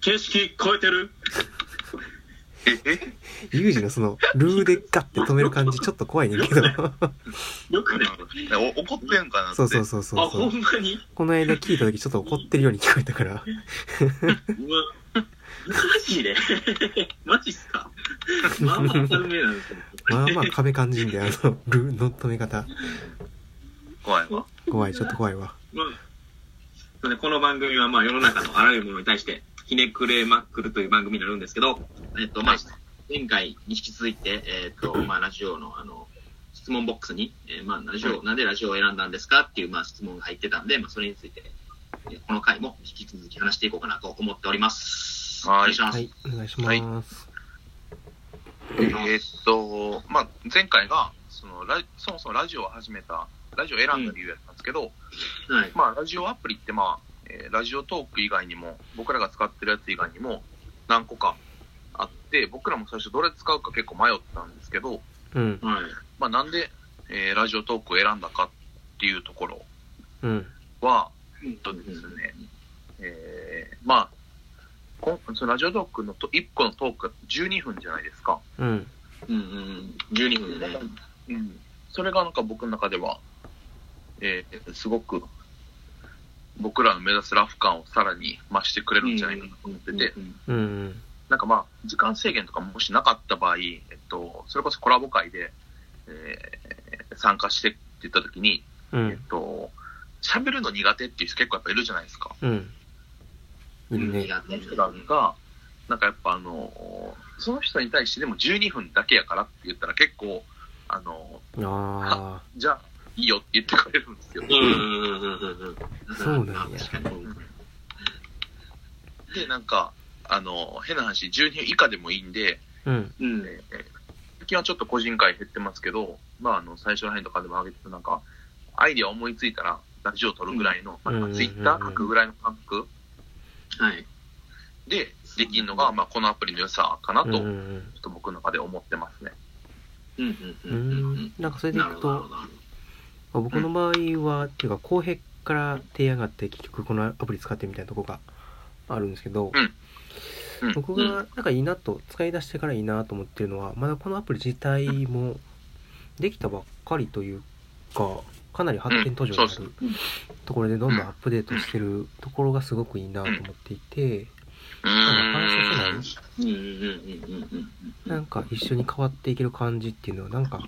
形式超えてるえユージのその、ルーでガッて止める感じ、ちょっと怖いねんけど。 よくね。お怒ってんかなって。そうそうそうそあ、うそほう。んまにこの間聞いた時ちょっと怒ってるように聞こえたから。うわ。マジで マジっす かまあまあ当たる目なんですよ。まあまあ壁感じんで、あの、ルーの止め方。怖いわ。怖い、ちょっと怖いわ。まあそうねこの番組はまあ世の中のあらゆるものに対してひねくれまくるという番組になるんですけど、えっとまあ、前回に引き続いて、え っとまあ、ラジオのあの質問ボックスに、えーまあ、ラジオなんでラジオを選んだんですかっていうまあ質問が入ってたんで、まあ、それについて、えーこの回も引き続き話していこうかなと思っております。はお願いいします。はい、お願いします。えーっと、まあ、前回が、そのラジ、そもそもラジオを始めた、ラジオを選んだ理由やったんですけど、はいまあ、ラジオアプリって、まあ、えーラジオトーク以外にも、僕らが使ってるやつ以外にも、何個かあって、僕らも最初どれ使うか結構迷ったんですけど、うん、はいまあ、なんで、えーラジオトークを選んだかっていうところうん、は、うえっとですんね、えーまあ、こんそのラジオトークのと1個のトークが12分じゃないですか。うん、うんうん、12分でね。うん、それがなんか僕の中では、えーすごく僕らの目指すラフ感をさらに増してくれるんじゃないかなと思ってて、うんうん、なんかまあ時間制限とかもしなかった場合、えっと、それこそコラボ会で、えー参加してって言った時に、うえっん、と喋るの苦手っていう人結構やっぱいるじゃないですか。うん。いるね。苦そ手の人らがなんかやっぱあのその人に対してでも12分だけやからって言ったら結構あのあじゃあいいよって言ってくれるんですよ。うんうんうんうんうんうん。そうなんや確かにで、なんか、あの、変な話、12以下でもいいんで、あ、うん、うんえー最近はちょっと個人会減ってますけど、まあ、あの、最初の辺とかでも上げてた、なんか、アイディア思いついたら、ラジオを撮るぐらいの、うんなんか、ツイッター書くぐらいの感覚はい。でできるのが、まあ、このアプリの良さかなうと、ん、うちょんっと僕の中で思ってますね。うんううんうんうんん。なんかそれでいなるほくとど、なるほど。まあ僕の場合は、っていうか、公平から提案があって、結局このアプリ使ってみたいなとこがあるんですけど、うんうん僕がなんかいいなと、使い出してからいいなと思ってるのは、まだこのアプリ自体もできたばっかりというか、かなり発展途上にあうんそうるところでどんどんアップデートしてるところがすごくいいなと思っていて、うなんか話ーん。せうんうんうんうんうんうん。ない、なんか一緒に変わっていける感じっていうのは、なんか、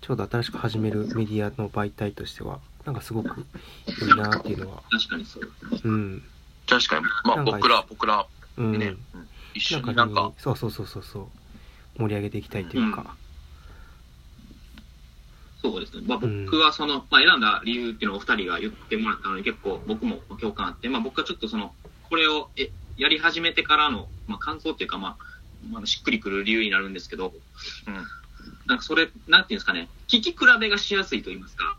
ちょうど新しく始めるメディアの媒体としては、なんかすごくいいなっていうのは、確かにそう。うん、確かに、まあ、なんか僕ら、僕ら、うん、ね、うん一緒にななんんかか、そうそうそうそうそう盛り上げていきたいというか、そうですね。まあうん僕はその、まあ選んだ理由っていうのをお二人が言ってもらったのに結構僕も共感あって、まあ僕はちょっとその、これをえやり始めてからの、まあ感想っていうか、まあ、まあしっくりくる理由になるんですけど、うんなんかそれ、なんていうんですかね、聞き比べがしやすいと言いますか、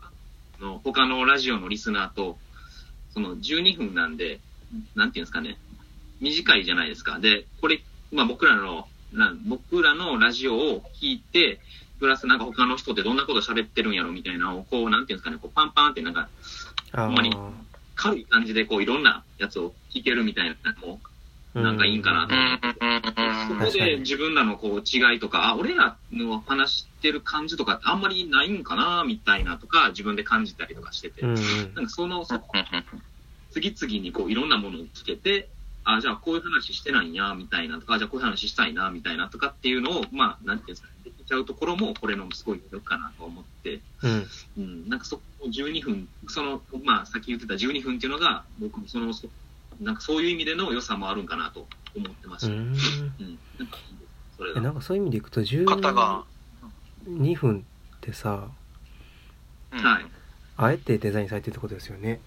あの他のラジオのリスナーと、その12分なんで、なんていうんですかね、短いじゃないですか。で、これ、まあ僕らの、なん僕らのラジオを聞いて、プラスなんか他の人ってどんなこと喋ってるんやろみたいなのを、こう、なんていうんですかね、こうパンパンってなんかあほんまに軽い感じで、こういろんなやつを聞けるみたいなのも、ーなんかいいんかなうん、うん、うん、うんそこで自分らのこう違いとか、あ、俺らの話してる感じとかってあんまりないんかな、みたいなとか、自分で感じたりとかしてて、うんうんなんかその、そうんうん次々にこういろんなものを聞けて、あ、じゃあこういう話してないんや、みたいなとか、じゃあこういう話したいな、みたいなとかっていうのを、まあ、なんていうんですかね、できちゃうところも、これのすごい魅力かなと思って、うんうん、なんかそこ12分、その、まあ、さっき言ってた12分っていうのが、僕もその、そなんかそういう意味での良さもあるんかなと思ってましうた。うん、んなんかいいですそれえが。なんかそういう意味でいくと肩が、 12分ってさうんはい。あえてデザインされてるってことですよね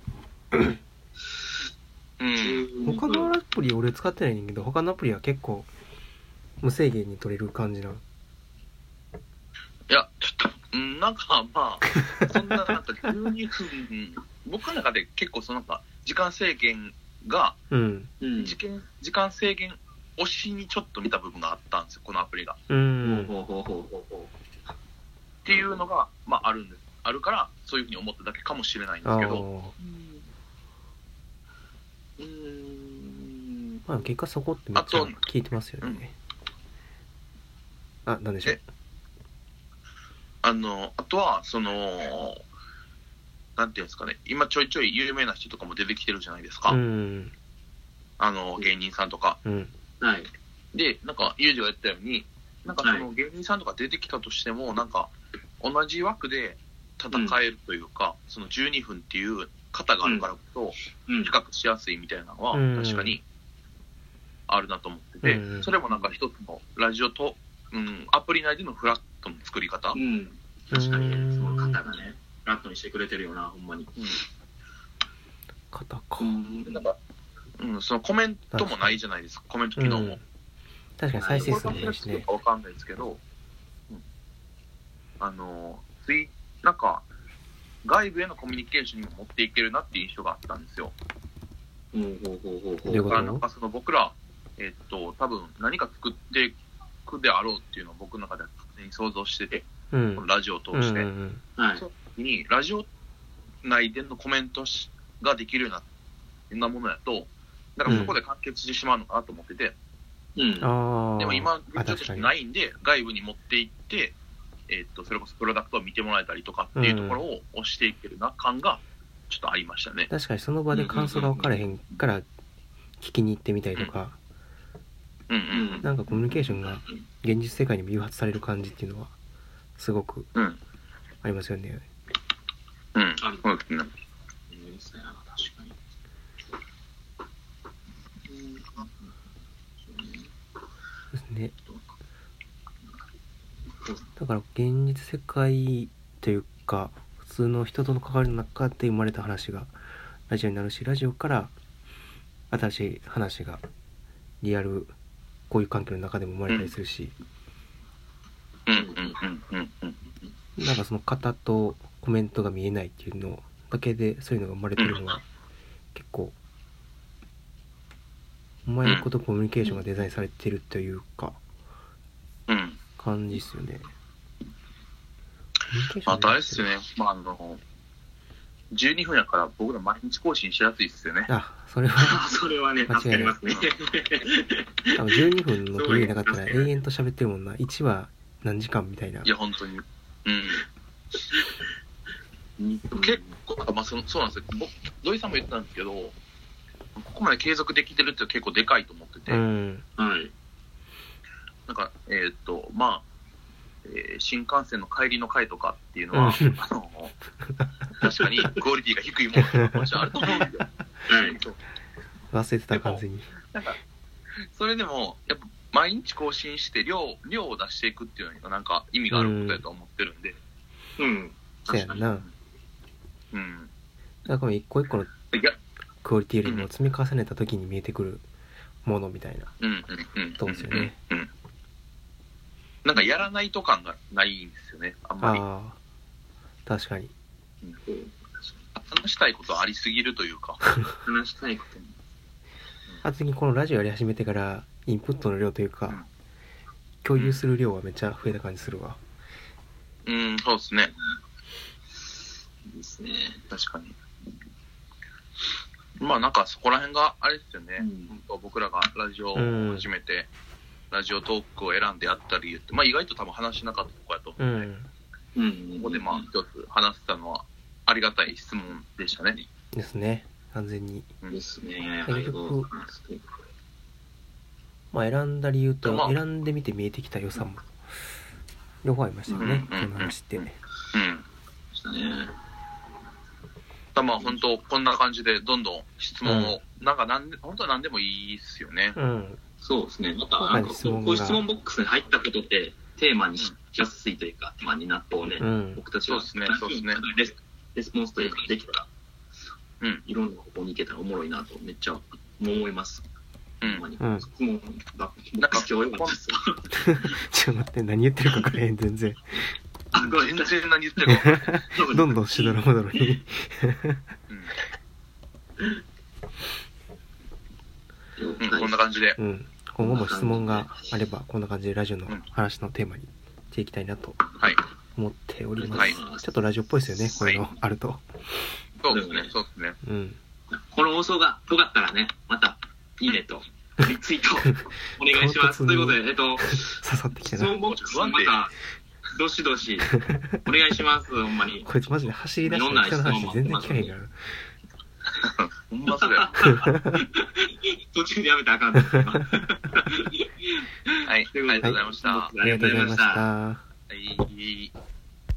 うん、他のアプリ俺使ってないねんだけど他のアプリは結構無制限に取れる感じなのいや、ちょっと、うんなんかまあ、そんな、なんか12分、僕の中で結構、そのなんか、時間制限が、うんうん時間時間制限推しにちょっと見た部分があったんですよ、このアプリが。っうほうんほうほうほうほうほていうのが、まあ、あるんです。あるから、そういうふうに思っただけかもしれないんであすあけど、う。うん。まあ結果そこってめっちゃあと聞いてますよね。あ、なんでしょうえ。あの、あとは、その、なんていうんですかね、今ちょいちょい有名な人とかも出てきてるじゃないですか。うん。あの、芸人さんとか。うん。はい。で、なんか、ユージが言ったように、なんかその芸人さんとか出てきたとしても、なんか、同じ枠で戦えるというか、その12分っていう型があるからこそ、うん比。較しやすいみたいなのはうん、確かに、あるなと思ってて、うんそれもなんか一つのラジオと、うん、アプリ内でのフラットの作り方、うん。確かにね、その方がね、フラットにしてくれてるよな、ほんまに。方か。んなんか、うん、そのコメントもないじゃないですか、コメント機能も。確かに再生数もないし数ね。かわかんないですけど、うんあの、ツイなんか、外部へのコミュニケーションにも持っていけるなっていう印象があったんですよ。ほうほうほうほうほどういだうこう。からなんかその僕ら、えっと、多分何か作っていくであろうっていうのを僕の中では勝手に想像してて、うんこの。ラジオを通うんうして。んはい。に、ラジオ内でのコメントしができるようななものやと、だからそこで完結してしまうのかなと思ってて、うん。ああ。でも今、現状と確しかてにないんで、外部に持っていって、えっと、それこそプロダクトを見てもらえたりとかっていうところを押していけるな感が、ちょっとありましたね。確かにその場で感想が分からへんから聞きに行ってみたりとか、うんううんなんかコミュニケーションが現実世界にも誘発される感じっていうのはすごくうん。うん。ありますよね。うん。そうですね。いいですね、確かに。うんそうねですね。どうかだから現実世界というか普通の人との関わりの中で生まれた話がラジオになるしラジオから新しい話がリアルこういう環境の中でも生まれたりするし、うんうんうんうんうん。なんかその型とコメントが見えないっていうのだけでそういうのが生まれてるのが 結構うまいことコミュニケーションがデザインされてるというかうん。感じですよね。あとあれっすよね。まあ、あの、12分やから僕ら毎日更新しやすいっすよね。あ、それはあ 。それはね、間助か違いりないますね。多分12分の取り入れなかったら永遠と喋ってるもんな。1話何時間みたいないや、本当に。うん。結構、まあ、そのそうなんですよ、僕、土井さんも言ってたんですけど、ここまで継続できてるって結構でかいと思ってて、うん。はい。なんか、えーっと、まあ、えー新幹線の帰りの回とかっていうのうは、んあの確かにクオリティが低いものって話はあると思うんですよ。はい。忘れてた完全に。なんか、それでも、やっぱ毎日更新して量、量を出していくっていうのがなんか意味があることだと思ってるんで、うん。そうや確んかに。な。うん。だから一個一個のいや、クオリティよりも積み重ねた時に見えてくるものみたいな。うんうんうん。そうですよねうん。うんなんかやらないと感がないんですよね、あんまり。ああ、確かに。こう話したいことありすぎるというか。話したいことも。あと的にこのラジオやり始めてからインプットの量というか、うん共有する量はめっちゃ増えた感じするわうん、そうですね。いいですね。確かに。まあなんかそこら辺があれですよね。うん本当僕らがラジオを始めて、ラジオトークを選んであったりって、まあ意外と多分話しなかったとこやと思ううんで、んうん。ここでまあ一つ話せたのはありがたい質問でしたね。ですね完全にうんですね。結局ありがとうございますまあ選んだ理由とまあ選んでみて見えてきた良さも両方ありましたよね、うんうんうんこの話って、ねうん。でしたね。だまあ本当こんな感じでどんどん質問を、なんかなんで、本当は何でもいいっすよね。うんそうですね。また、今な回んのかこ質問うこうがいう質問ボックスに入ったことで、テーマにしやすいというか、まあ、になったをね、うん僕たちは、そうですねそうですねレスレスポンスというか、できたら、うんいろんな方向に行けたらおもろいなと、めっちゃ思います。うほんまん。にうん質問が、僕今日良かったです。ちょっと待って何言ってるか分からへん全然あ、ごめん全なさい。然何言ってるか分かんない。どんどんしどろもどろにう了んうん、解こんな感じで。うん今後も質問があればこんな感じでラジオの話のテーマにしていきたいなとはい。思っております、はいちょっとラジオっぽいですよねこういうのはあるとそうですね、そうですね。うんこの放送が良かったらね、また、いいねと、リツイート、 お願いします。唐突にということで、えっと、刺さってきた質な問ボックスまた、どしどし、お願いします、ほんまに。こいつマジで走り出して人の話全然聞かへんからなほんまそれや。途中でやめたらあかんです。はい、ありがとうございました。はありがとうございました。たい。